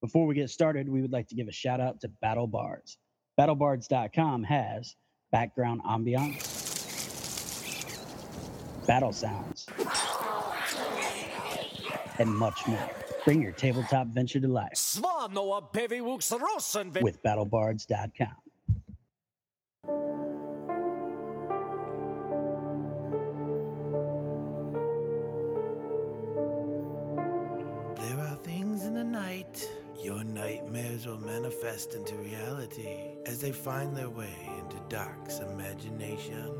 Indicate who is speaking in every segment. Speaker 1: Before we get started, we would like to give a shout out to Battle Bards. BattleBards.com has background ambiance, battle sounds, and much more. Bring your tabletop venture to life
Speaker 2: Sva några bevivux rosenved.
Speaker 1: with BattleBards.com.
Speaker 3: There are things in the night. Your nightmares will manifest into reality as they find their way into Doc's imagination.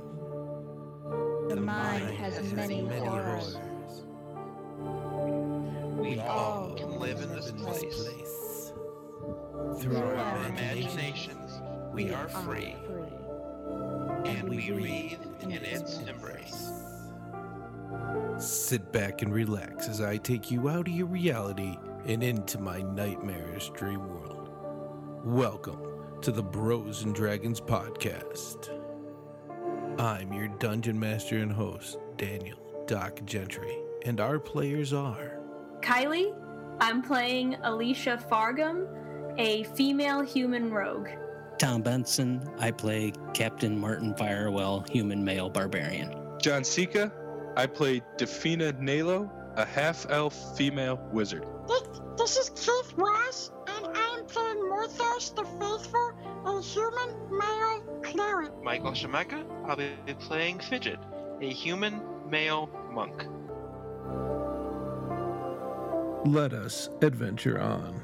Speaker 4: The mind has many horrors.
Speaker 5: We all can live in this place.
Speaker 3: Through
Speaker 4: Through
Speaker 3: our
Speaker 4: our
Speaker 3: imagination,
Speaker 5: Imaginations, we are free, and we breathe in its embrace.
Speaker 3: Sit back and relax as I take you out of your reality and into my nightmarish dream world. Welcome to the Bros and Dragons podcast. I'm your dungeon master and host, Daniel Doc Gentry, and our players are
Speaker 6: Kylie. I'm playing Alicia Fargum, a female human rogue.
Speaker 7: Tom Benson. I play Captain Martin Firewell, human male barbarian.
Speaker 8: John Sika. I played Defina Nalo, a half elf female wizard.
Speaker 9: This, this is Keith Wise, and I'm playing Morthos the Faithful, a human male cleric.
Speaker 5: Michael Shemeka, I'll be playing Fidget, a human male monk.
Speaker 3: Let Us Adventure On.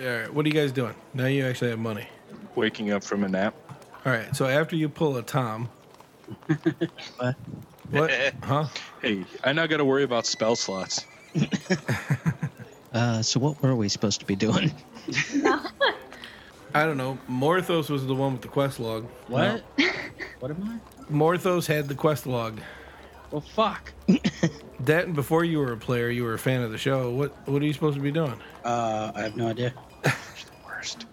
Speaker 3: All right, what are you guys doing? Now you actually have money.
Speaker 8: Waking up from a nap.
Speaker 3: All right, so after you pull a Tom.
Speaker 7: What?
Speaker 3: What? Huh?
Speaker 8: Hey, I now got to worry about spell slots.
Speaker 7: Uh, so what were we supposed to be doing?
Speaker 3: I don't know. Morthos was the one with the quest log.
Speaker 10: What? What am I?
Speaker 3: Morthos had the quest log.
Speaker 10: Well, fuck.
Speaker 3: That and before you were a player, you were a fan of the show. What What are you supposed to be doing?
Speaker 10: Uh, I have no idea.
Speaker 8: Worst.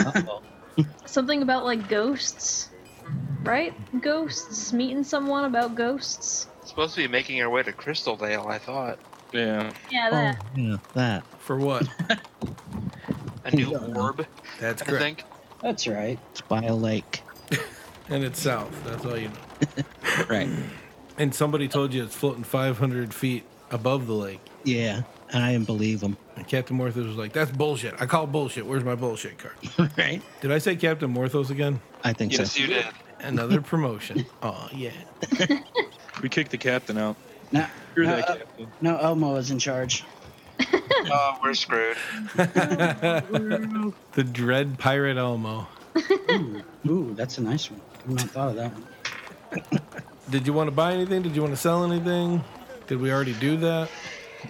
Speaker 10: Uh-oh.
Speaker 6: Something about like ghosts, right? Ghosts. Meeting someone about ghosts.
Speaker 5: Supposed to be making our way to Crystaldale, I thought.
Speaker 8: Yeah.
Speaker 6: Yeah,
Speaker 7: oh,
Speaker 6: that.
Speaker 7: yeah, that.
Speaker 3: For what?
Speaker 5: A new
Speaker 7: Yeah.
Speaker 5: orb,
Speaker 3: That's
Speaker 5: I
Speaker 3: correct.
Speaker 5: think.
Speaker 10: That's right.
Speaker 7: It's by a lake.
Speaker 3: And it's south. That's all you know.
Speaker 10: Right.
Speaker 3: And somebody told you it's floating 500 feet above the lake.
Speaker 7: Yeah, I didn't believe him.
Speaker 3: And Captain Morthos was like, "That's bullshit. I call bullshit. Where's my bullshit card?"
Speaker 7: right?
Speaker 3: Did I say Captain Morthos again?
Speaker 7: I think
Speaker 5: Yes,
Speaker 7: so.
Speaker 5: you did.
Speaker 3: Another promotion. oh yeah.
Speaker 8: We kicked the captain out.
Speaker 10: No,
Speaker 8: You're
Speaker 10: no,
Speaker 8: that
Speaker 10: uh,
Speaker 8: captain.
Speaker 10: no, Elmo is in charge.
Speaker 5: Oh, we're screwed.
Speaker 3: the dread pirate Elmo.
Speaker 10: Ooh, ooh, that's a nice one. I've not thought of that one.
Speaker 3: Did you want to buy anything? Did you want to sell anything? Did we already do that?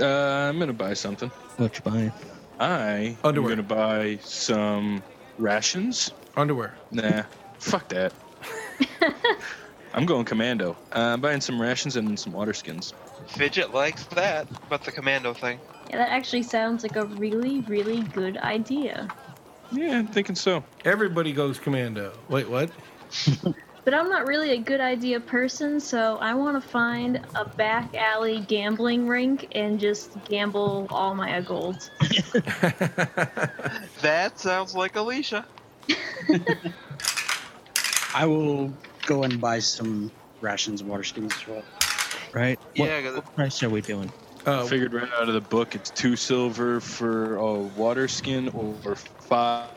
Speaker 8: Uh, I'm going to buy something.
Speaker 7: What you buying?
Speaker 8: I
Speaker 3: Underwear.
Speaker 8: am going to buy some rations.
Speaker 3: Underwear.
Speaker 8: Nah. fuck that. I'm going commando. Uh, I'm buying some rations and some water skins.
Speaker 5: Fidget likes that, but the commando thing.
Speaker 6: Yeah, that actually sounds like a really, really good idea.
Speaker 8: Yeah, I'm thinking so.
Speaker 3: Everybody goes commando. Wait, what?
Speaker 6: But I'm not really a good idea person, so I want to find a back alley gambling rink and just gamble all my gold.
Speaker 5: That sounds like Alicia.
Speaker 10: I will go and buy some rations and water skins as well.
Speaker 7: Right?
Speaker 5: Yeah,
Speaker 7: What,
Speaker 5: 'cause-
Speaker 7: what price are we doing?
Speaker 3: Uh,
Speaker 8: Figured right out of the book, it's two silver for a water skin or five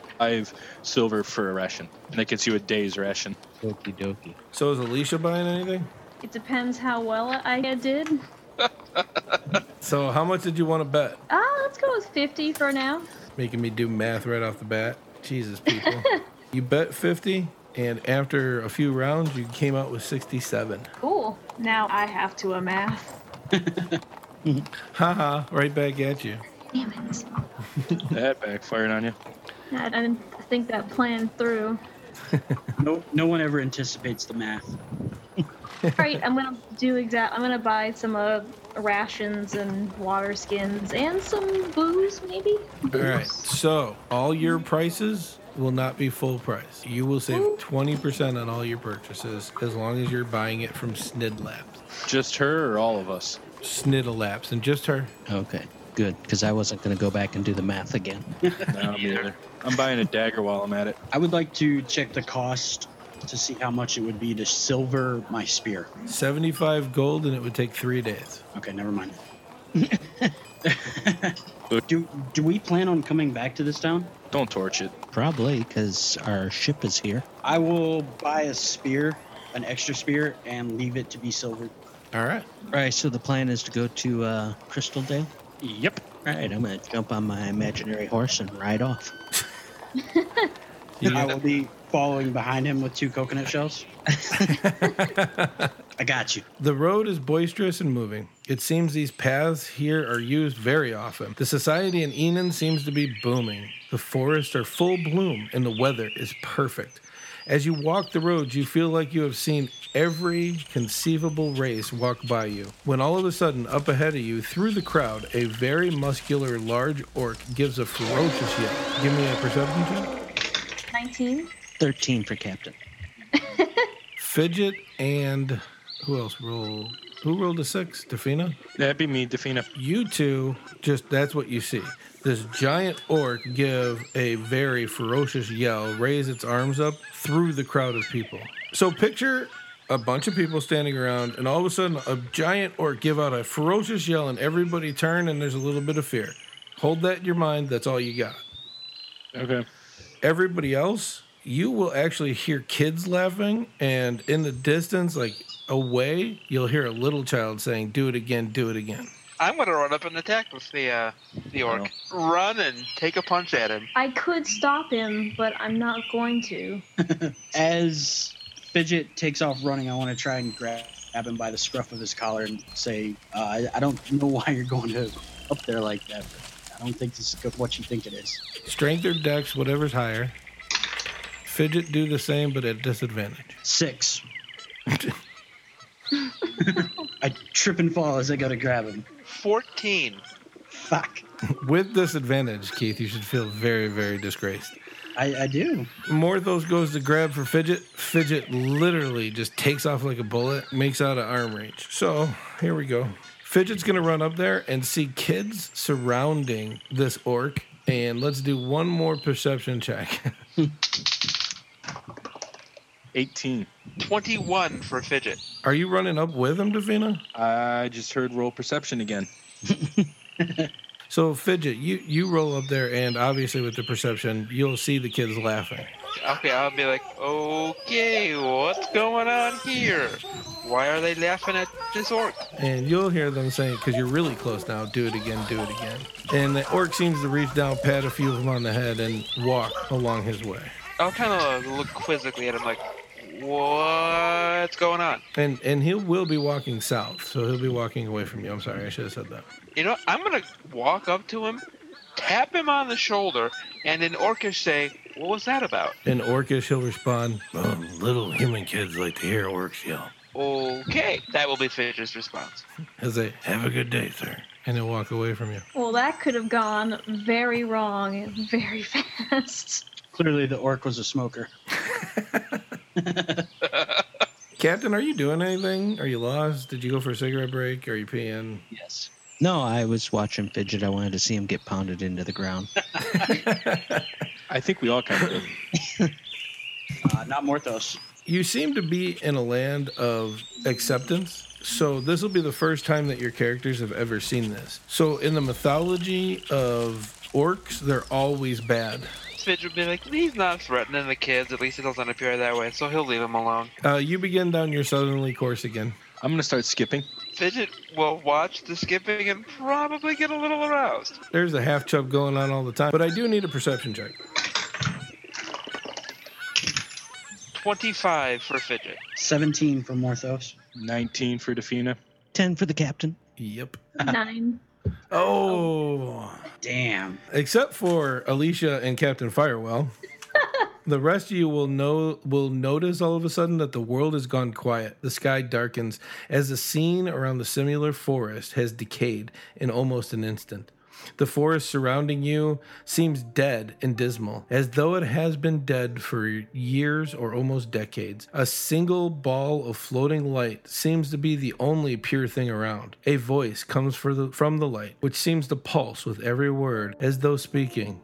Speaker 8: silver for a ration. And that gets you a day's ration.
Speaker 7: Okie dokie.
Speaker 3: so is Alicia buying anything?
Speaker 6: It depends how well I did.
Speaker 3: So how much did you want to bet?
Speaker 6: Ah, let's go with 50 for now.
Speaker 3: Making me do math right off the bat. Jesus, people. you bet 50, and after a few rounds, you came out with 67.
Speaker 6: Cool. Now I have to amass.
Speaker 3: Haha, right back at you.
Speaker 6: Damn it.
Speaker 8: That backfired on you.
Speaker 6: I I didn't think that plan through.
Speaker 10: No, no one ever anticipates the math.
Speaker 6: Right, I'm gonna do exact. I'm gonna buy some uh, rations and water skins and some booze, maybe.
Speaker 3: All right, so all your prices will not be full price. You will save 20% on all your purchases as long as you're buying it from Snid Labs.
Speaker 8: Just her or all of us?
Speaker 3: Snid Labs and just her.
Speaker 7: Okay, good, because I wasn't going to go back and do the math again.
Speaker 8: No, me neither. I'm buying a dagger while I'm at it.
Speaker 10: I would like to check the cost to see how much it would be to silver my spear.
Speaker 3: 75 gold and it would take three days.
Speaker 10: Okay, never mind. do do we plan on coming back to this town?
Speaker 8: Don't torch it.
Speaker 7: Probably because our ship is here.
Speaker 10: I will buy a spear, an extra spear, and leave it to be silvered.
Speaker 3: All right.
Speaker 7: All right, so the plan is to go to uh, Crystal Dale.
Speaker 10: Yep.
Speaker 7: All right, I'm going to jump on my imaginary horse and ride off.
Speaker 10: I will be following behind him with two coconut shells. I got you.
Speaker 3: The road is boisterous and moving. It seems these paths here are used very often. The society in Enon seems to be booming. The forests are full bloom and the weather is perfect. As you walk the roads, you feel like you have seen every conceivable race walk by you. When all of a sudden, up ahead of you, through the crowd, a very muscular, large orc gives a ferocious yell. Give me a perception check.
Speaker 6: 19.
Speaker 7: 13 for captain.
Speaker 3: Fidget and who else rolled? Who rolled a six? Defina?
Speaker 8: That'd be me, Defina.
Speaker 3: You two, just that's what you see. This giant orc give a very ferocious yell, raise its arms up through the crowd of people. So picture a bunch of people standing around, and all of a sudden, a giant orc give out a ferocious yell, and everybody turn, and there's a little bit of fear. Hold that in your mind. That's all you got.
Speaker 8: Okay.
Speaker 3: everybody else, you will actually hear kids laughing, and in the distance, like away, you'll hear a little child saying, "Do it again, do it again."
Speaker 5: I'm gonna run up and attack with the uh, the orc. Run and take a punch at him.
Speaker 6: I could stop him, but I'm not going to.
Speaker 10: As Fidget takes off running, I want to try and grab him by the scruff of his collar and say, uh, I, "I don't know why you're going to up there like that. But I don't think this is good- what you think it is."
Speaker 3: Strength or dex, whatever's higher. Fidget do the same, but at disadvantage.
Speaker 10: Six. I trip and fall as I go to grab him.
Speaker 5: 14.
Speaker 10: Fuck.
Speaker 3: With disadvantage, Keith, you should feel very, very disgraced.
Speaker 10: I, I do.
Speaker 3: Morthos goes to grab for Fidget. Fidget literally just takes off like a bullet, makes out of arm reach. So here we go. Fidget's gonna run up there and see kids surrounding this orc. And let's do one more perception check.
Speaker 8: 18.
Speaker 5: 21 for Fidget.
Speaker 3: Are you running up with him, Davina?
Speaker 8: I just heard roll perception again.
Speaker 3: So Fidget, you you roll up there, and obviously with the perception, you'll see the kids laughing.
Speaker 5: Okay, I'll be like, okay, what's going on here? Why are they laughing at this orc?
Speaker 3: And you'll hear them saying, because you're really close now, do it again, do it again. And the orc seems to reach down, pat a few of them on the head, and walk along his way.
Speaker 5: I'll kind of look quizzically at him like, what's going on?
Speaker 3: And and he will be walking south, so he'll be walking away from you. I'm sorry, I should have said that.
Speaker 5: You know, I'm gonna walk up to him, tap him on the shoulder, and in Orcish say, "What was that about?"
Speaker 3: And orcish, he'll respond, "Um, "Little human kids like to hear orcs yell."
Speaker 5: Okay, that will be Fidget's response.
Speaker 3: As they have a good day, sir, and he'll walk away from you.
Speaker 6: Well, that could have gone very wrong very fast.
Speaker 10: Clearly, the orc was a smoker.
Speaker 3: Captain, are you doing anything? Are you lost? Did you go for a cigarette break? Are you peeing?
Speaker 7: Yes. No, I was watching Fidget. I wanted to see him get pounded into the ground.
Speaker 8: I think we all kind of did.
Speaker 10: Uh, not Morthos.
Speaker 3: You seem to be in a land of acceptance. So this will be the first time that your characters have ever seen this. So in the mythology of orcs, they're always bad.
Speaker 5: Fidget will be like, "He's not threatening the kids. At least it doesn't appear that way, so he'll leave him alone."
Speaker 3: Uh, you begin down your southerly course again.
Speaker 8: I'm going to start skipping.
Speaker 5: Fidget will watch the skipping and probably get a little aroused.
Speaker 3: There's a half chub going on all the time, but I do need a perception check.
Speaker 5: Twenty-five for Fidget.
Speaker 10: 17 for Morthos.
Speaker 8: 19 for Defina.
Speaker 7: 10 for the captain.
Speaker 3: Yep.
Speaker 6: Nine.
Speaker 3: Oh.
Speaker 10: Damn.
Speaker 3: Except for Alicia and Captain Firewell. The rest of you will know will notice all of a sudden that the world has gone quiet. The sky darkens as the scene around the similar forest has decayed in almost an instant. The forest surrounding you seems dead and dismal, as though it has been dead for years or almost decades. A single ball of floating light seems to be the only pure thing around. A voice comes for the, from the light, which seems to pulse with every word, as though speaking.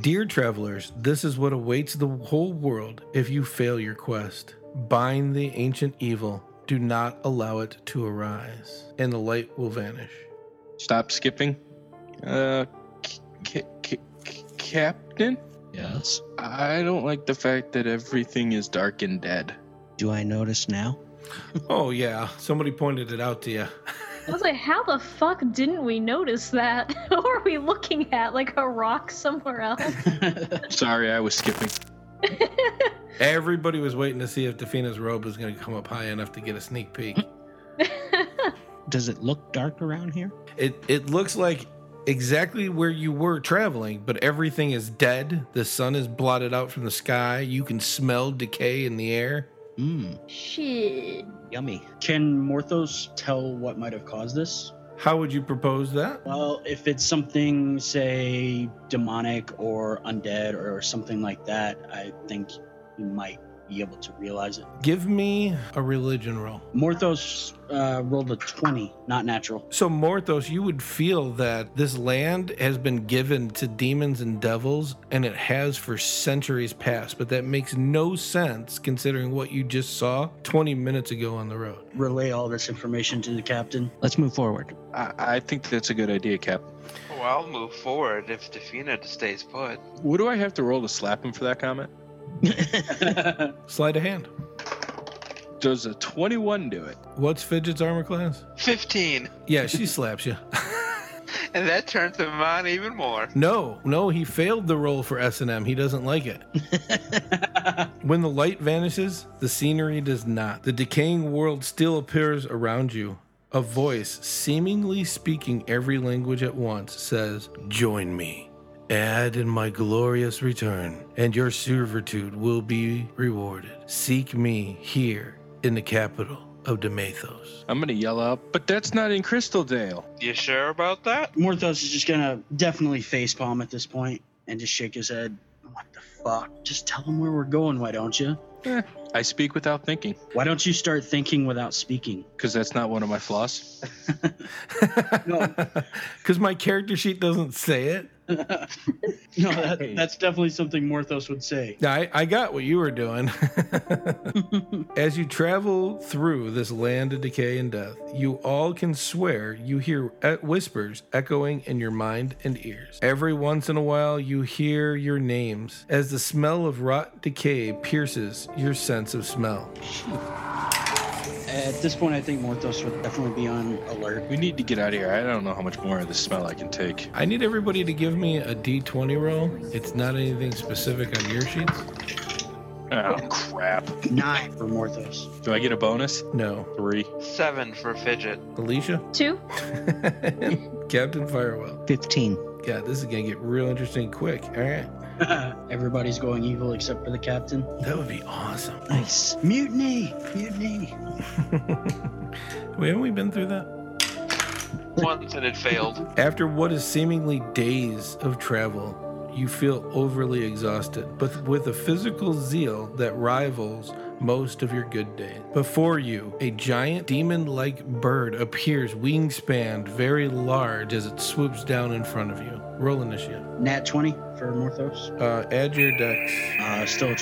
Speaker 3: Dear travelers, this is what awaits the whole world if you fail your quest. Bind the ancient evil, do not allow it to arise, and the light will vanish.
Speaker 8: Stop skipping. Uh, c- c- c- c- Captain?
Speaker 11: Yes.
Speaker 8: I don't like the fact that everything is dark and dead.
Speaker 11: Do I notice now?
Speaker 3: Oh, yeah. Somebody pointed it out to you.
Speaker 6: I was like, how the fuck didn't we notice that? what were we looking at? Like a rock somewhere else?
Speaker 8: Sorry, I was skipping.
Speaker 3: Everybody was waiting to see if Defina's robe was going to come up high enough to get a sneak peek.
Speaker 11: Does it look dark around here?
Speaker 3: It it looks like exactly where you were traveling, but everything is dead. The sun is blotted out from the sky. You can smell decay in the air.
Speaker 7: Hmm,
Speaker 11: Mmm,
Speaker 6: Shit.
Speaker 11: yummy.
Speaker 10: Can Morthos tell what might have caused this?
Speaker 3: How would you propose that?
Speaker 10: Well, if it's something, say, demonic or undead or something like that, I think you might be able to realize it.
Speaker 3: Give me a religion roll.
Speaker 10: Morthos uh, rolled a 20, not natural.
Speaker 3: So, Morthos, you would feel that this land has been given to demons and devils, and it has for centuries past, but that makes no sense considering what you just saw 20 minutes ago on the road.
Speaker 10: Relay all this information to the captain.
Speaker 11: Let's move forward.
Speaker 8: I, I think that's a good idea, Cap.
Speaker 5: Oh, I'll move forward if Defina stays put.
Speaker 8: What do I have to roll to slap him for that comment?
Speaker 3: Slide a hand.
Speaker 8: Does a 21 do it?
Speaker 3: What's Fidget's armor class?
Speaker 5: 15.
Speaker 3: Yeah, she slaps you.
Speaker 5: And that turns him on even more.
Speaker 3: No, no, he failed the roll for S&M. He doesn't like it. When the light vanishes, the scenery does not. The decaying world still appears around you. A voice, seemingly speaking every language at once, says, Join me, add in my glorious return, and your servitude will be rewarded. Seek me here in the capital of Demathos.
Speaker 8: I'm going to yell out, but that's not in Crystal Dale.
Speaker 5: You sure about that?
Speaker 10: Morthos is just gonna definitely facepalm at this point and just shake his head. What the fuck? Just tell him where we're going, why don't you?
Speaker 8: I speak without thinking
Speaker 10: Why don't you start thinking without speaking?
Speaker 8: because that's not one of my flaws.
Speaker 10: No.
Speaker 3: Because my character sheet doesn't say it.
Speaker 10: No, that, that's definitely something Morthos would say.
Speaker 3: I, I got what you were doing. As you travel through this land of decay and death, you all can swear you hear e- whispers echoing in your mind and ears. Every once in a while, you hear your names as the smell of rot decay pierces your sense of smell.
Speaker 10: At this point, I think Morthos would definitely be on alert.
Speaker 8: We need to get out of here. I don't know how much more of this smell I can take.
Speaker 3: I need everybody to give me a d20 roll. It's not anything specific on your sheets.
Speaker 8: Oh, crap.
Speaker 10: Nine for Morthos.
Speaker 8: Do I get a bonus?
Speaker 3: No.
Speaker 8: Three.
Speaker 5: Seven for Fidget.
Speaker 3: Alicia?
Speaker 6: Two?
Speaker 3: Captain Firewell.
Speaker 11: 15.
Speaker 3: Yeah, this is going to get real interesting quick. All right.
Speaker 10: Everybody's going evil except for the captain.
Speaker 3: That would be awesome.
Speaker 11: Nice.
Speaker 10: Mutiny! Mutiny!
Speaker 3: Wait, haven't we been through that?
Speaker 5: Once and it failed.
Speaker 3: After what is seemingly days of travel, you feel overly exhausted, but with a physical zeal that rivals most of your good days. Before you, a giant demon like bird appears, wingspan very large as it swoops down in front of you. Roll initiative.
Speaker 10: Nat 20 for Morthos.
Speaker 3: Uh, add your dex.
Speaker 10: Uh, still a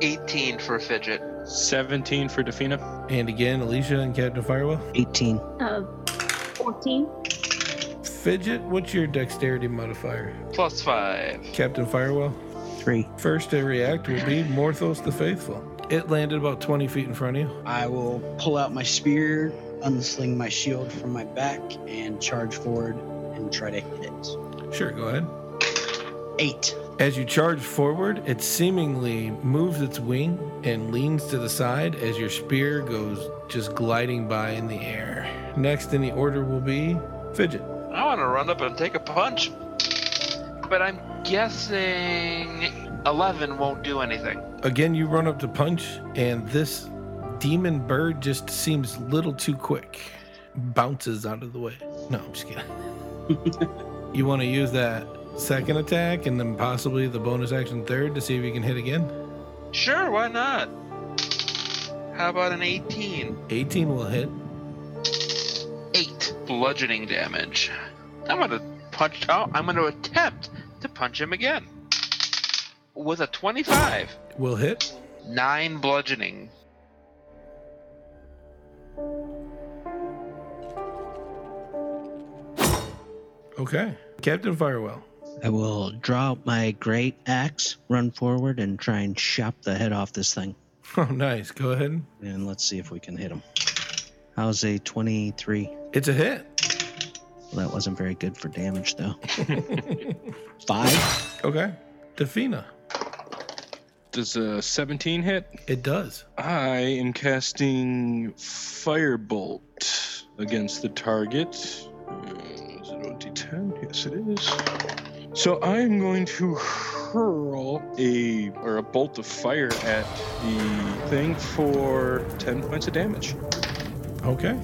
Speaker 10: 20.
Speaker 5: 18 for Fidget.
Speaker 8: 17 for Defina.
Speaker 3: And again, Alicia and Captain Firewell.
Speaker 11: 18.
Speaker 6: Uh, 14?
Speaker 3: Fidget, what's your dexterity modifier?
Speaker 5: Plus five.
Speaker 3: Captain Firewell?
Speaker 11: 3.
Speaker 3: First to react will be Morthos the Faithful. It landed about 20 feet in front of you.
Speaker 10: I will pull out my spear, unsling my shield from my back, and charge forward and try to hit it.
Speaker 3: Sure, go ahead.
Speaker 10: Eight.
Speaker 3: As you charge forward, it seemingly moves its wing and leans to the side as your spear goes just gliding by in the air. Next in the order will be Fidget.
Speaker 5: I want to run up and take a punch. But I'm guessing 11 won't do anything.
Speaker 3: Again, you run up to punch, and this demon bird just seems little too quick. bounces out of the way. No, I'm just kidding. you want to use that second attack and then possibly the bonus action third to see if you can hit again?
Speaker 5: Sure, why not? How about an 18?
Speaker 3: 18 will hit.
Speaker 5: 8 bludgeoning damage. I'm going to punch out. I'm going to attempt to punch him again. With a 25.
Speaker 3: Will hit.
Speaker 5: 9 bludgeoning.
Speaker 3: Okay. Captain Firewell.
Speaker 11: I will draw out my great axe, run forward, and try and chop the head off this thing.
Speaker 3: Oh, nice. Go ahead.
Speaker 11: And let's see if we can hit him. How's a 23?
Speaker 3: It's a hit.
Speaker 11: Well, that wasn't very good for damage, though. Five.
Speaker 3: Okay. Defina.
Speaker 8: Does a 17 hit?
Speaker 3: It does.
Speaker 8: I am casting Firebolt against the target. Is it OD10? Yes, it is. So I'm going to hurl a or a bolt of fire at the thing for 10 points of damage.
Speaker 3: Okay.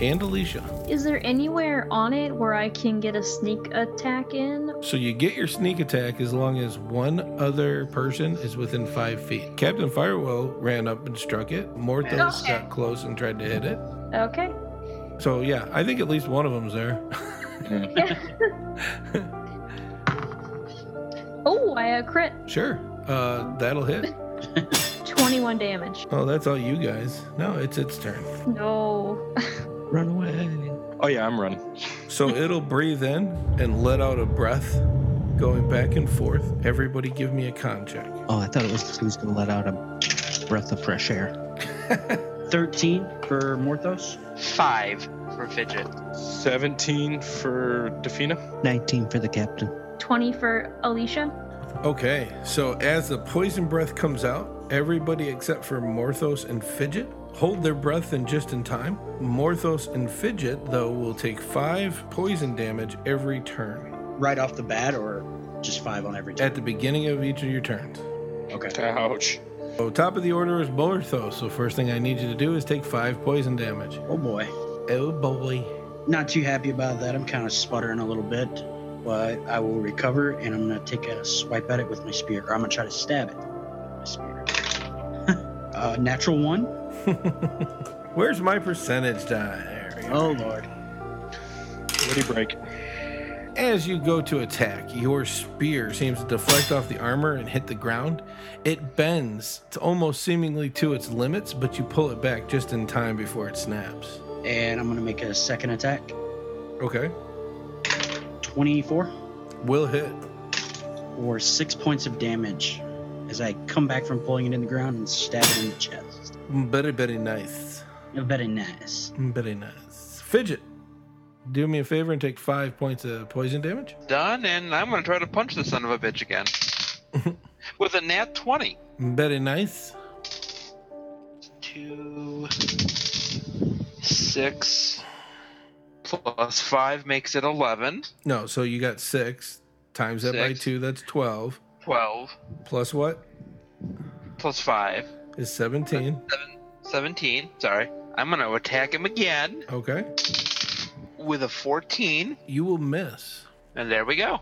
Speaker 3: And Alicia.
Speaker 6: Is there anywhere on it where I can get a sneak attack in?
Speaker 3: So you get your sneak attack as long as one other person is within five feet. Captain Firewell ran up and struck it. Morthos
Speaker 6: Okay.
Speaker 3: got close and tried to hit it.
Speaker 6: Okay.
Speaker 3: So yeah, I think at least one of them's there.
Speaker 6: Oh, I uh, crit
Speaker 3: Sure. Uh, that'll hit.
Speaker 6: 21 damage.
Speaker 3: Oh, that's all you guys. No, it's its turn.
Speaker 6: No.
Speaker 11: Run away.
Speaker 8: Oh yeah, I'm running.
Speaker 3: So it'll breathe in and let out a breath, going back and forth. Everybody give me a con check.
Speaker 11: Oh, I thought it was he was going to let out a breath of fresh air.
Speaker 10: 13 for Morthos.
Speaker 5: 5 for Fidget.
Speaker 8: 17 for Defina.
Speaker 11: 19 for the captain.
Speaker 6: 20 for Alicia.
Speaker 3: Okay, so as the poison breath comes out, everybody except for Morthos and Fidget hold their breath and just in time. Morthos and Fidget, though, will take five poison damage every turn
Speaker 10: Right off the bat, or just five on every
Speaker 3: at
Speaker 10: turn?
Speaker 3: the beginning of each of your turns.
Speaker 10: Okay.
Speaker 8: Ouch.
Speaker 3: So, top of the order is Morthos. So, first thing I need you to do is take five poison damage.
Speaker 10: Oh boy.
Speaker 3: Oh boy.
Speaker 10: Not too happy about that. I'm kind of sputtering a little bit, but I will recover and I'm going to take a swipe at it with my spear, or I'm going to try to stab it with my spear. uh, natural one.
Speaker 3: Where's my percentage die? There we go.
Speaker 10: Oh lord.
Speaker 8: What do you break?
Speaker 3: As you go to attack, your spear seems to deflect off the armor and hit the ground. It bends to almost seemingly to its limits, but you pull it back just in time before it snaps.
Speaker 10: And I'm going to make a second attack.
Speaker 3: Okay.
Speaker 10: 24
Speaker 3: Will hit.
Speaker 10: or six points of damage as I come back from pulling it in the ground and stab it in the chest.
Speaker 3: Very, very nice.
Speaker 10: Very nice.
Speaker 3: Very nice. Fidget, do me a favor and take five points of poison damage.
Speaker 5: Done, and I'm going to try to punch the son of a bitch again. With a nat 20.
Speaker 3: Very nice.
Speaker 5: two, six, plus five makes it 11.
Speaker 3: No, so you got six times that by
Speaker 5: Six.
Speaker 3: two, that's 12.
Speaker 5: 12,
Speaker 3: Plus what
Speaker 5: plus five,
Speaker 3: is 17.
Speaker 5: seven, 17. Sorry. I'm going to attack him again
Speaker 3: Okay.
Speaker 5: with a 14,
Speaker 3: You will miss.
Speaker 5: and there we go.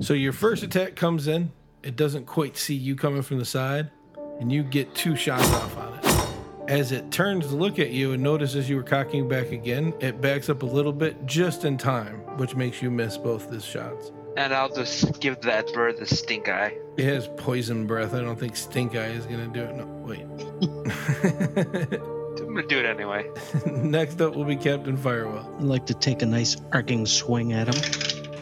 Speaker 3: So your first attack comes in, it doesn't quite see you coming from the side, and you get two shots off on it. As it turns to look at you and notices you were cocking back again, it backs up a little bit just in time, which makes you miss both the shots.
Speaker 5: And I'll just give that bird the stink eye.
Speaker 3: It has poison breath. I don't think Stink Eye is gonna do it. No, wait.
Speaker 5: I'm going to do it anyway.
Speaker 3: Next up will be Captain Firewell.
Speaker 11: I'd like to take a nice arcing swing at him.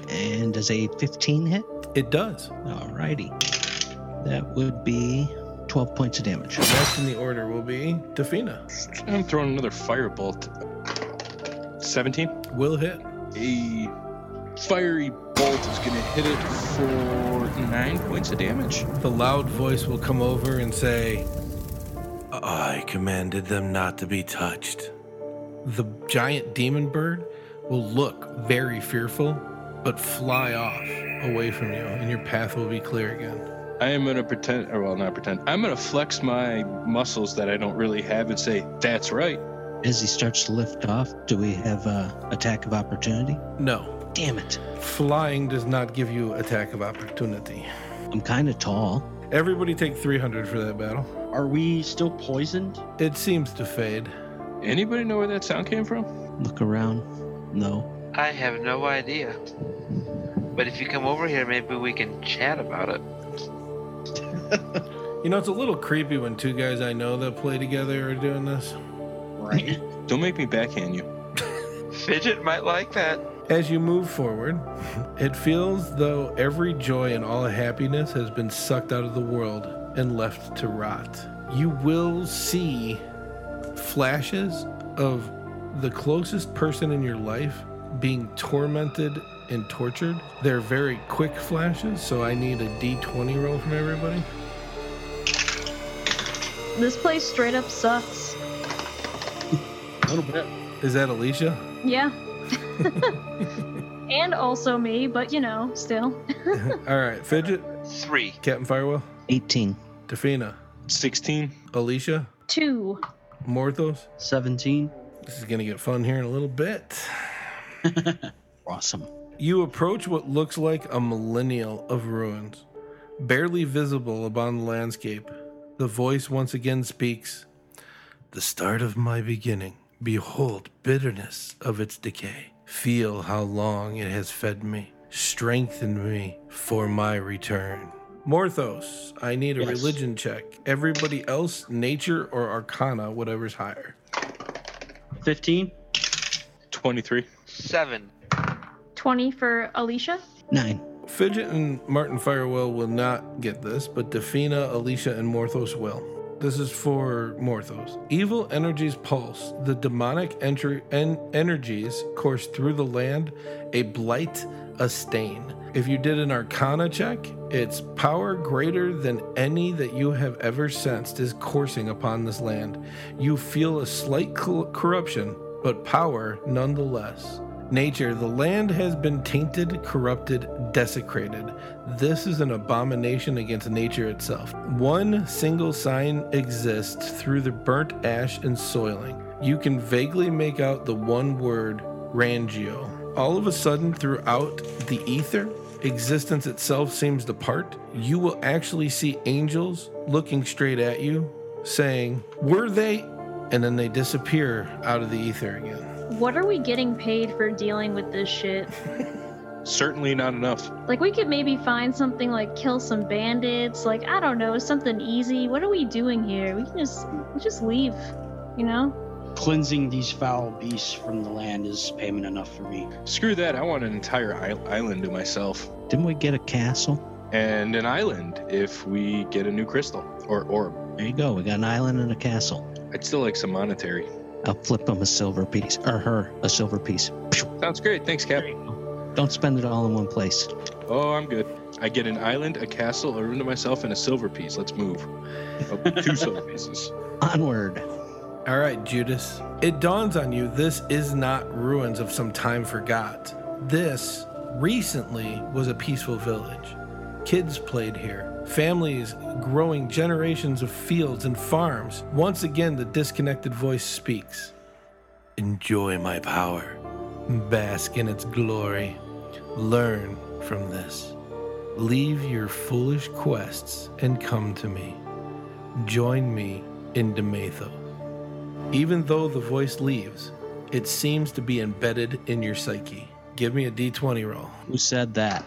Speaker 11: And does a 15 hit?
Speaker 3: It does.
Speaker 11: Alrighty. That would be 12 points of damage.
Speaker 3: Next in the order will be Defina.
Speaker 8: I'm throwing another firebolt. 17.
Speaker 3: Will hit.
Speaker 8: A fiery bolt is going to hit it for 9 points of damage.
Speaker 3: The loud voice will come over and say, I commanded them not to be touched. The giant demon bird will look very fearful, but fly off away from you, and your path will be clear again.
Speaker 8: I am going to pretend, or well, not pretend. I'm going to flex my muscles that I don't really have and say, that's right.
Speaker 11: As he starts to lift off, do we have a attack of opportunity?
Speaker 3: No.
Speaker 11: Damn it.
Speaker 3: Flying does not give you attack of opportunity.
Speaker 11: I'm kind of tall.
Speaker 3: Everybody take 300 for that battle.
Speaker 10: Are we still poisoned?
Speaker 3: It seems to fade.
Speaker 8: Anybody know where that sound came from?
Speaker 11: Look around. No.
Speaker 5: I have no idea. But if you come over here, maybe we can chat about it.
Speaker 3: You know, it's a little creepy when two guys I know that play together are doing this.
Speaker 10: Right.
Speaker 8: Don't make me backhand you.
Speaker 5: Fidget might like that.
Speaker 3: As you move forward, it feels though every joy and all happiness has been sucked out of the world and left to rot. You will see flashes of the closest person in your life being tormented and tortured. They're very quick flashes, so I need a d20 roll from everybody.
Speaker 6: This place straight up sucks.
Speaker 10: A little bit.
Speaker 3: Is that Alicia?
Speaker 6: Yeah. and also me, but you know, still.
Speaker 3: All right, Fidget,
Speaker 5: Three.
Speaker 3: Captain Firewell,
Speaker 11: 18.
Speaker 3: Tafina,
Speaker 8: 16.
Speaker 3: Alicia,
Speaker 6: Two.
Speaker 3: Morthos.
Speaker 10: 17.
Speaker 3: This is going to get fun here in a little bit.
Speaker 11: Awesome.
Speaker 3: You approach what looks like a millennial of ruins, barely visible upon the landscape. The voice once again speaks The start of my beginning. Behold bitterness of its decay. Feel how long it has fed me, strengthened me for my return. Morthos, I need a
Speaker 10: Yes.
Speaker 3: religion check. Everybody else, nature or arcana, whatever's higher.
Speaker 10: 15.
Speaker 8: 23.
Speaker 5: Seven.
Speaker 6: 20 for Alicia.
Speaker 11: Nine.
Speaker 3: Fidget and Martin Firewell will not get this, but Defina, Alicia, and Morthos will. This is for Morthos. Evil energies pulse. The demonic entry en- energies course through the land, a blight, a stain. If you did an arcana check, its power greater than any that you have ever sensed is coursing upon this land. You feel a slight cl- corruption, but power nonetheless. Nature, the land has been tainted, corrupted, desecrated. This is an abomination against nature itself. One single sign exists through the burnt ash and soiling. You can vaguely make out the one word, Rangio. All of a sudden, throughout the ether, existence itself seems to part. You will actually see angels looking straight at you, saying, Were they? And then they disappear out of the ether again.
Speaker 6: What are we getting paid for dealing with this shit?
Speaker 8: Certainly not enough.
Speaker 6: Like, we could maybe find something like kill some bandits, like, I don't know, something easy. What are we doing here? We can just, we just leave, you know?
Speaker 10: Cleansing these foul beasts from the land is payment enough for me.
Speaker 8: Screw that. I want an entire i- island to myself.
Speaker 11: Didn't we get a castle?
Speaker 8: And an island if we get a new crystal or orb.
Speaker 11: There you go. We got an island and a castle.
Speaker 8: I'd still like some monetary.
Speaker 11: I'll flip him a silver piece, or her a silver piece. Phew.
Speaker 8: Sounds great. Thanks, Cap.
Speaker 11: Don't spend it all in one place.
Speaker 8: Oh, I'm good. I get an island, a castle, a room to myself, and a silver piece. Let's move. Oh, two silver pieces.
Speaker 11: Onward.
Speaker 3: All right, Judas. It dawns on you this is not ruins of some time forgot. This recently was a peaceful village. Kids played here, families growing generations of fields and farms. Once again, the disconnected voice speaks Enjoy my power, bask in its glory, learn from this. Leave your foolish quests and come to me. Join me in Dematho. Even though the voice leaves, it seems to be embedded in your psyche. Give me a d20 roll.
Speaker 11: Who said that?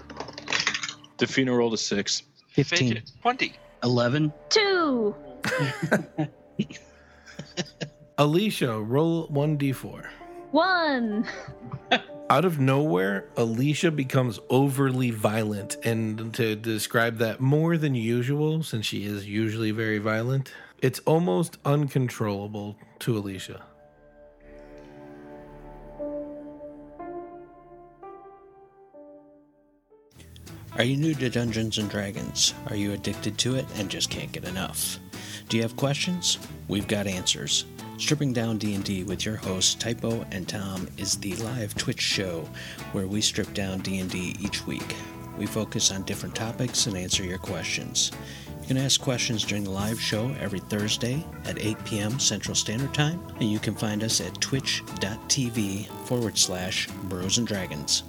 Speaker 8: Defina rolled a six.
Speaker 11: 15.
Speaker 5: Fidget. Twenty.
Speaker 11: 11.
Speaker 6: Two!
Speaker 3: Alicia, roll 1d4.
Speaker 6: One!
Speaker 3: Out of nowhere, Alicia becomes overly violent. And to describe that more than usual, since she is usually very violent, it's almost uncontrollable to Alicia.
Speaker 7: Are you new to Dungeons and Dragons? Are you addicted to it and just can't get enough? Do you have questions? We've got answers. Stripping Down D&D with your hosts Typo and Tom is the live Twitch show where we strip down D&D each week. We focus on different topics and answer your questions. You can ask questions during the live show every Thursday at 8 p.m. Central Standard Time, and you can find us at twitch.tv forward slash bros and dragons.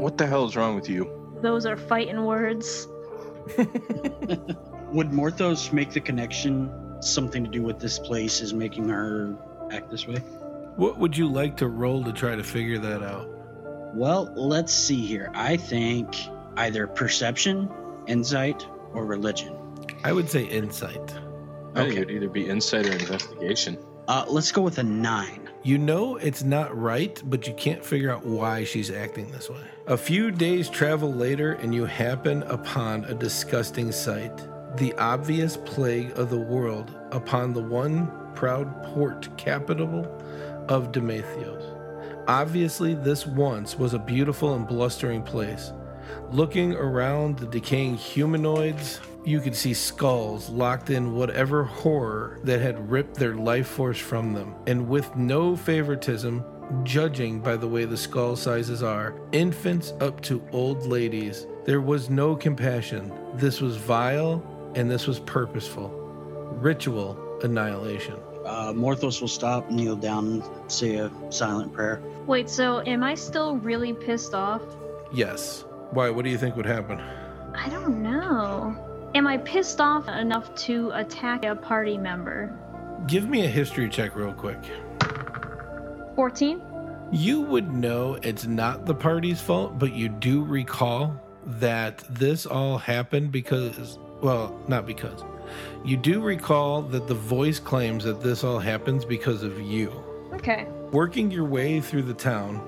Speaker 8: What the hell is wrong with you?
Speaker 6: Those are fighting words.
Speaker 10: Would Morthos make the connection something to do with this place is making her act this way?
Speaker 3: What would you like to roll to try to figure that out?
Speaker 10: Well, let's see here. I think either perception, insight, or religion.
Speaker 3: I would say insight.
Speaker 8: I think it'd either be insight or investigation.
Speaker 10: Uh, let's go with a nine.
Speaker 3: You know it's not right, but you can't figure out why she's acting this way. A few days travel later, and you happen upon a disgusting sight the obvious plague of the world upon the one proud port capital of Demathios. Obviously, this once was a beautiful and blustering place. Looking around the decaying humanoids, you could see skulls locked in whatever horror that had ripped their life force from them. And with no favoritism, judging by the way the skull sizes are, infants up to old ladies, there was no compassion. This was vile and this was purposeful. Ritual annihilation.
Speaker 10: Uh, Morthos will stop, kneel down, say a silent prayer.
Speaker 6: Wait, so am I still really pissed off?
Speaker 3: Yes. Why? What do you think would happen?
Speaker 6: I don't know. Am I pissed off enough to attack a party member?
Speaker 3: Give me a history check, real quick.
Speaker 6: 14?
Speaker 3: You would know it's not the party's fault, but you do recall that this all happened because, well, not because. You do recall that the voice claims that this all happens because of you.
Speaker 6: Okay.
Speaker 3: Working your way through the town,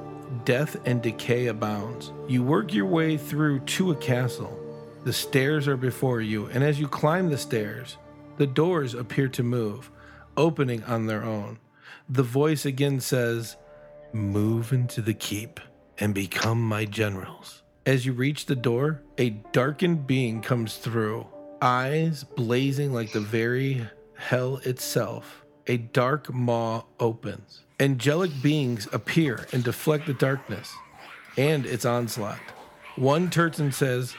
Speaker 3: death and decay abounds. You work your way through to a castle. The stairs are before you, and as you climb the stairs, the doors appear to move, opening on their own. The voice again says, Move into the keep and become my generals. As you reach the door, a darkened being comes through, eyes blazing like the very hell itself. A dark maw opens. Angelic beings appear and deflect the darkness and its onslaught. One Turton says,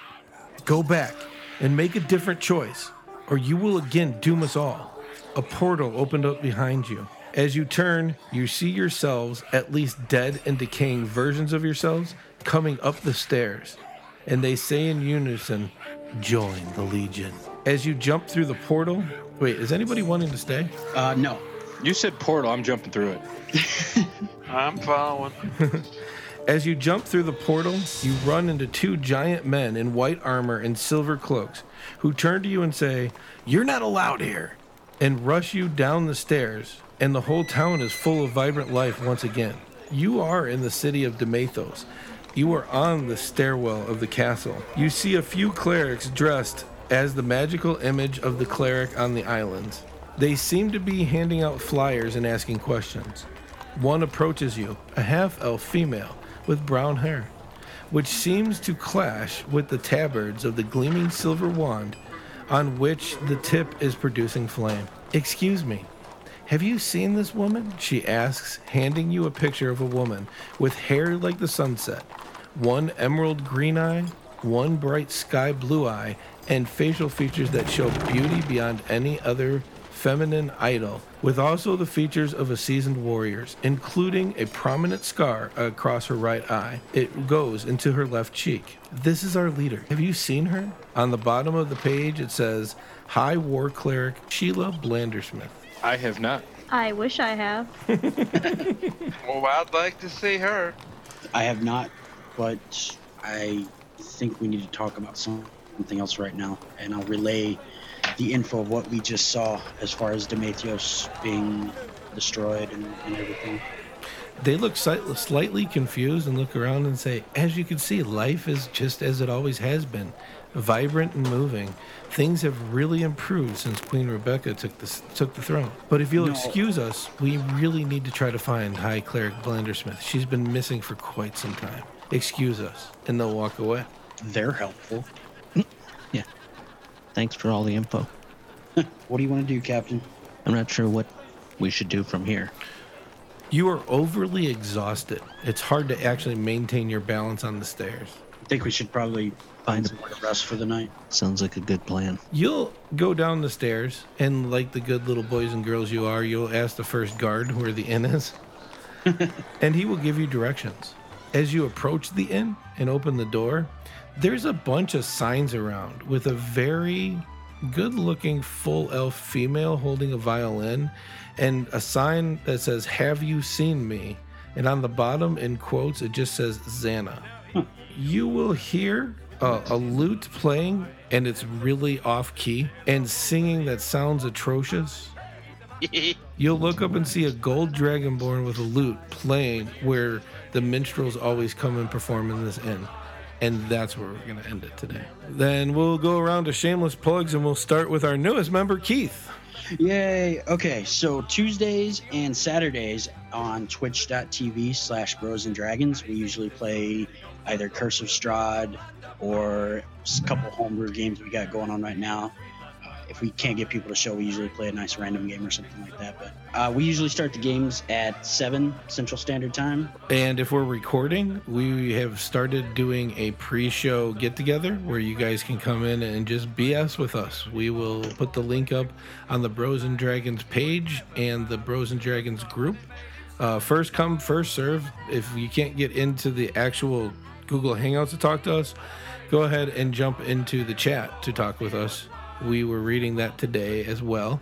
Speaker 3: Go back and make a different choice, or you will again doom us all. A portal opened up behind you. As you turn, you see yourselves, at least dead and decaying versions of yourselves, coming up the stairs. And they say in unison, Join the Legion. As you jump through the portal, wait, is anybody wanting to stay?
Speaker 10: Uh, no.
Speaker 8: You said portal. I'm jumping through it.
Speaker 5: I'm following.
Speaker 3: As you jump through the portal, you run into two giant men in white armor and silver cloaks who turn to you and say, You're not allowed here, and rush you down the stairs, and the whole town is full of vibrant life once again. You are in the city of Demathos. You are on the stairwell of the castle. You see a few clerics dressed as the magical image of the cleric on the islands. They seem to be handing out flyers and asking questions. One approaches you, a half elf female with brown hair, which seems to clash with the tabards of the gleaming silver wand on which the tip is producing flame. Excuse me, have you seen this woman? She asks, handing you a picture of a woman with hair like the sunset, one emerald green eye, one bright sky blue eye, and facial features that show beauty beyond any other feminine idol, with also the features of a seasoned warrior, including a prominent scar across her right eye. It goes into her left cheek. This is our leader. Have you seen her? On the bottom of the page, it says High War Cleric Sheila Blandersmith.
Speaker 8: I have not.
Speaker 6: I wish I have.
Speaker 5: Oh, I'd like to see her.
Speaker 10: I have not, but I think we need to talk about some- something else right now, and I'll relay the info of what we just saw as far as Demathios being destroyed and, and everything.
Speaker 3: They look slight- slightly confused and look around and say, As you can see, life is just as it always has been vibrant and moving. Things have really improved since Queen Rebecca took the, took the throne. But if you'll
Speaker 10: No.
Speaker 3: excuse us, we really need to try to find High Cleric Blandersmith. She's been missing for quite some time. Excuse us. And they'll walk away.
Speaker 10: They're helpful.
Speaker 11: Yeah. Thanks for all the info.
Speaker 10: What do you want to do, Captain?
Speaker 11: I'm not sure what we should do from here.
Speaker 3: You are overly exhausted. It's hard to actually maintain your balance on the stairs.
Speaker 10: think we should probably find somewhere to rest for the night.
Speaker 11: Sounds like a good plan.
Speaker 3: You'll go down the stairs, and like the good little boys and girls you are, you'll ask the first guard where the inn is, and he will give you directions. As you approach the inn and open the door, there's a bunch of signs around with a very good looking full elf female holding a violin and a sign that says, Have you seen me? And on the bottom, in quotes, it just says Xana. You will hear uh, a lute playing, and it's really off key, and singing that sounds atrocious. You'll look up and see a gold dragonborn with a lute playing where the minstrels always come and perform in this inn. And that's where we're going to end it today. Then we'll go around to shameless plugs and we'll start with our newest member, Keith.
Speaker 10: Yay. Okay, so Tuesdays and Saturdays on twitch.tv slash bros and dragons, we usually play either Curse of Strahd or a couple homebrew games we got going on right now. Uh, If we can't get people to show, we usually play a nice random game or something like that. But uh, we usually start the games at 7 Central Standard Time.
Speaker 3: And if we're recording, we have started doing a pre show get together where you guys can come in and just BS with us. We will put the link up on the Bros and Dragons page and the Bros and Dragons group. Uh, first come, first serve. If you can't get into the actual Google Hangouts to talk to us, go ahead and jump into the chat to talk with us. We were reading that today as well.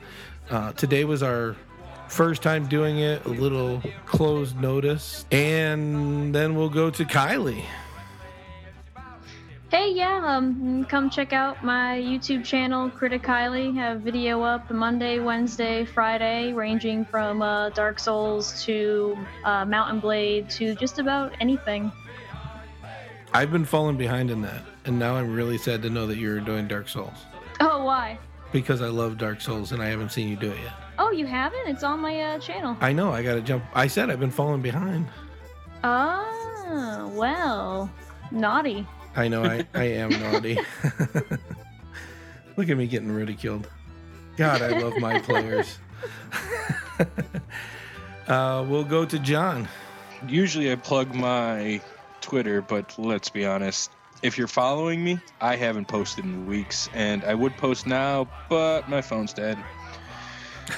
Speaker 3: Uh, today was our first time doing it, a little closed notice. And then we'll go to Kylie.
Speaker 6: Hey, yeah, um, come check out my YouTube channel, Criticiley. Have video up Monday, Wednesday, Friday, ranging from uh, Dark Souls to uh, Mountain Blade to just about anything.
Speaker 3: I've been falling behind in that, and now I'm really sad to know that you're doing Dark Souls
Speaker 6: Oh, why?
Speaker 3: because I love Dark Souls and I haven't seen you do it yet.
Speaker 6: Oh, you haven't? It's on my uh, channel.
Speaker 3: I know I gotta jump. I said I've been falling behind.
Speaker 6: Oh, well, naughty.
Speaker 3: I know I, I am naughty. Look at me getting ridiculed. God, I love my players. uh, we'll go to John.
Speaker 8: Usually I plug my Twitter, but let's be honest. If you're following me, I haven't posted in weeks, and I would post now, but my phone's dead.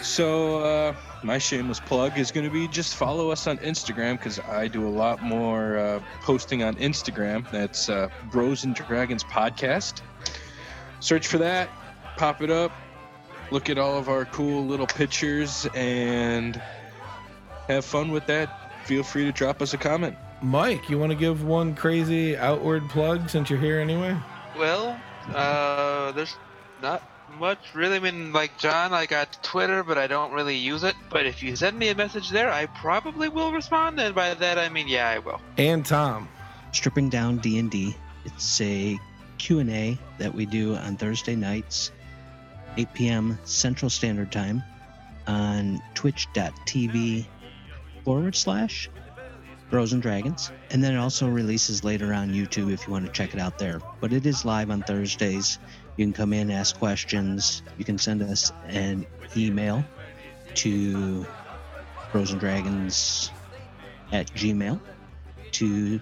Speaker 8: So, uh, my shameless plug is going to be just follow us on Instagram because I do a lot more uh, posting on Instagram. That's uh, Bros and Dragons Podcast. Search for that, pop it up, look at all of our cool little pictures, and have fun with that. Feel free to drop us a comment.
Speaker 3: Mike, you want to give one crazy outward plug since you're here anyway?
Speaker 5: Well, uh, there's not much really. I mean, like John, I got Twitter, but I don't really use it. But if you send me a message there, I probably will respond. And by that, I mean, yeah, I will.
Speaker 3: And Tom.
Speaker 11: Stripping down D&D. It's a Q&A that we do on Thursday nights, 8 p.m. Central Standard Time on twitch.tv forward slash Bros and Dragons. And then it also releases later on YouTube if you want to check it out there. But it is live on Thursdays. You can come in, ask questions. You can send us an email to Bros and Dragons at Gmail to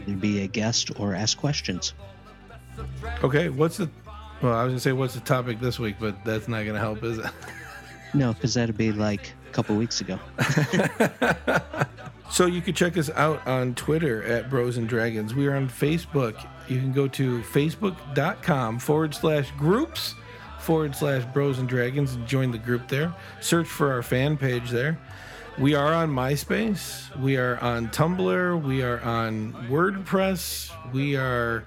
Speaker 11: either be a guest or ask questions.
Speaker 3: Okay, what's the. Well, I was going to say, what's the topic this week, but that's not going to help, is it?
Speaker 11: No, because that'd be like a couple weeks ago.
Speaker 3: So you could check us out on Twitter at Bros and Dragons. We are on Facebook. You can go to facebook.com forward slash groups forward slash Bros and Dragons and join the group there. Search for our fan page there. We are on MySpace. We are on Tumblr. We are on WordPress. We are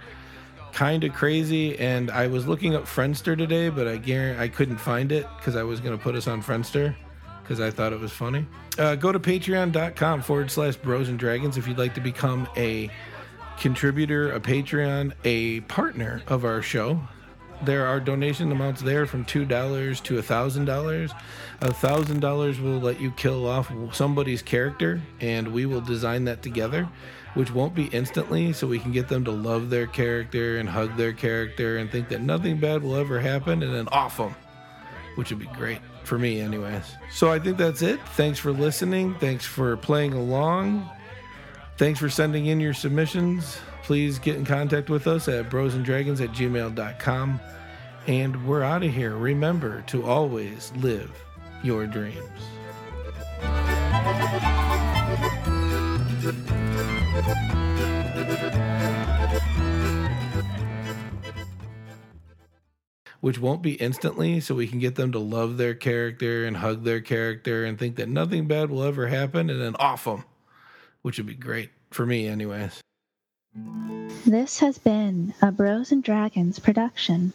Speaker 3: kind of crazy. And I was looking up Friendster today, but I guarantee I couldn't find it because I was going to put us on Friendster because I thought it was funny. Uh, go to patreon.com forward slash bros and dragons if you'd like to become a contributor, a Patreon, a partner of our show. There are donation amounts there from $2 to $1,000. $1,000 will let you kill off somebody's character, and we will design that together, which won't be instantly, so we can get them to love their character and hug their character and think that nothing bad will ever happen and then off them which would be great for me, anyways. So I think that's it. Thanks for listening. Thanks for playing along. Thanks for sending in your submissions. Please get in contact with us at brosandragons at gmail.com. And we're out of here. Remember to always live your dreams. which won't be instantly, so we can get them to love their character and hug their character and think that nothing bad will ever happen and then off them, which would be great for me, anyways.
Speaker 4: This has been a Bros and Dragons production.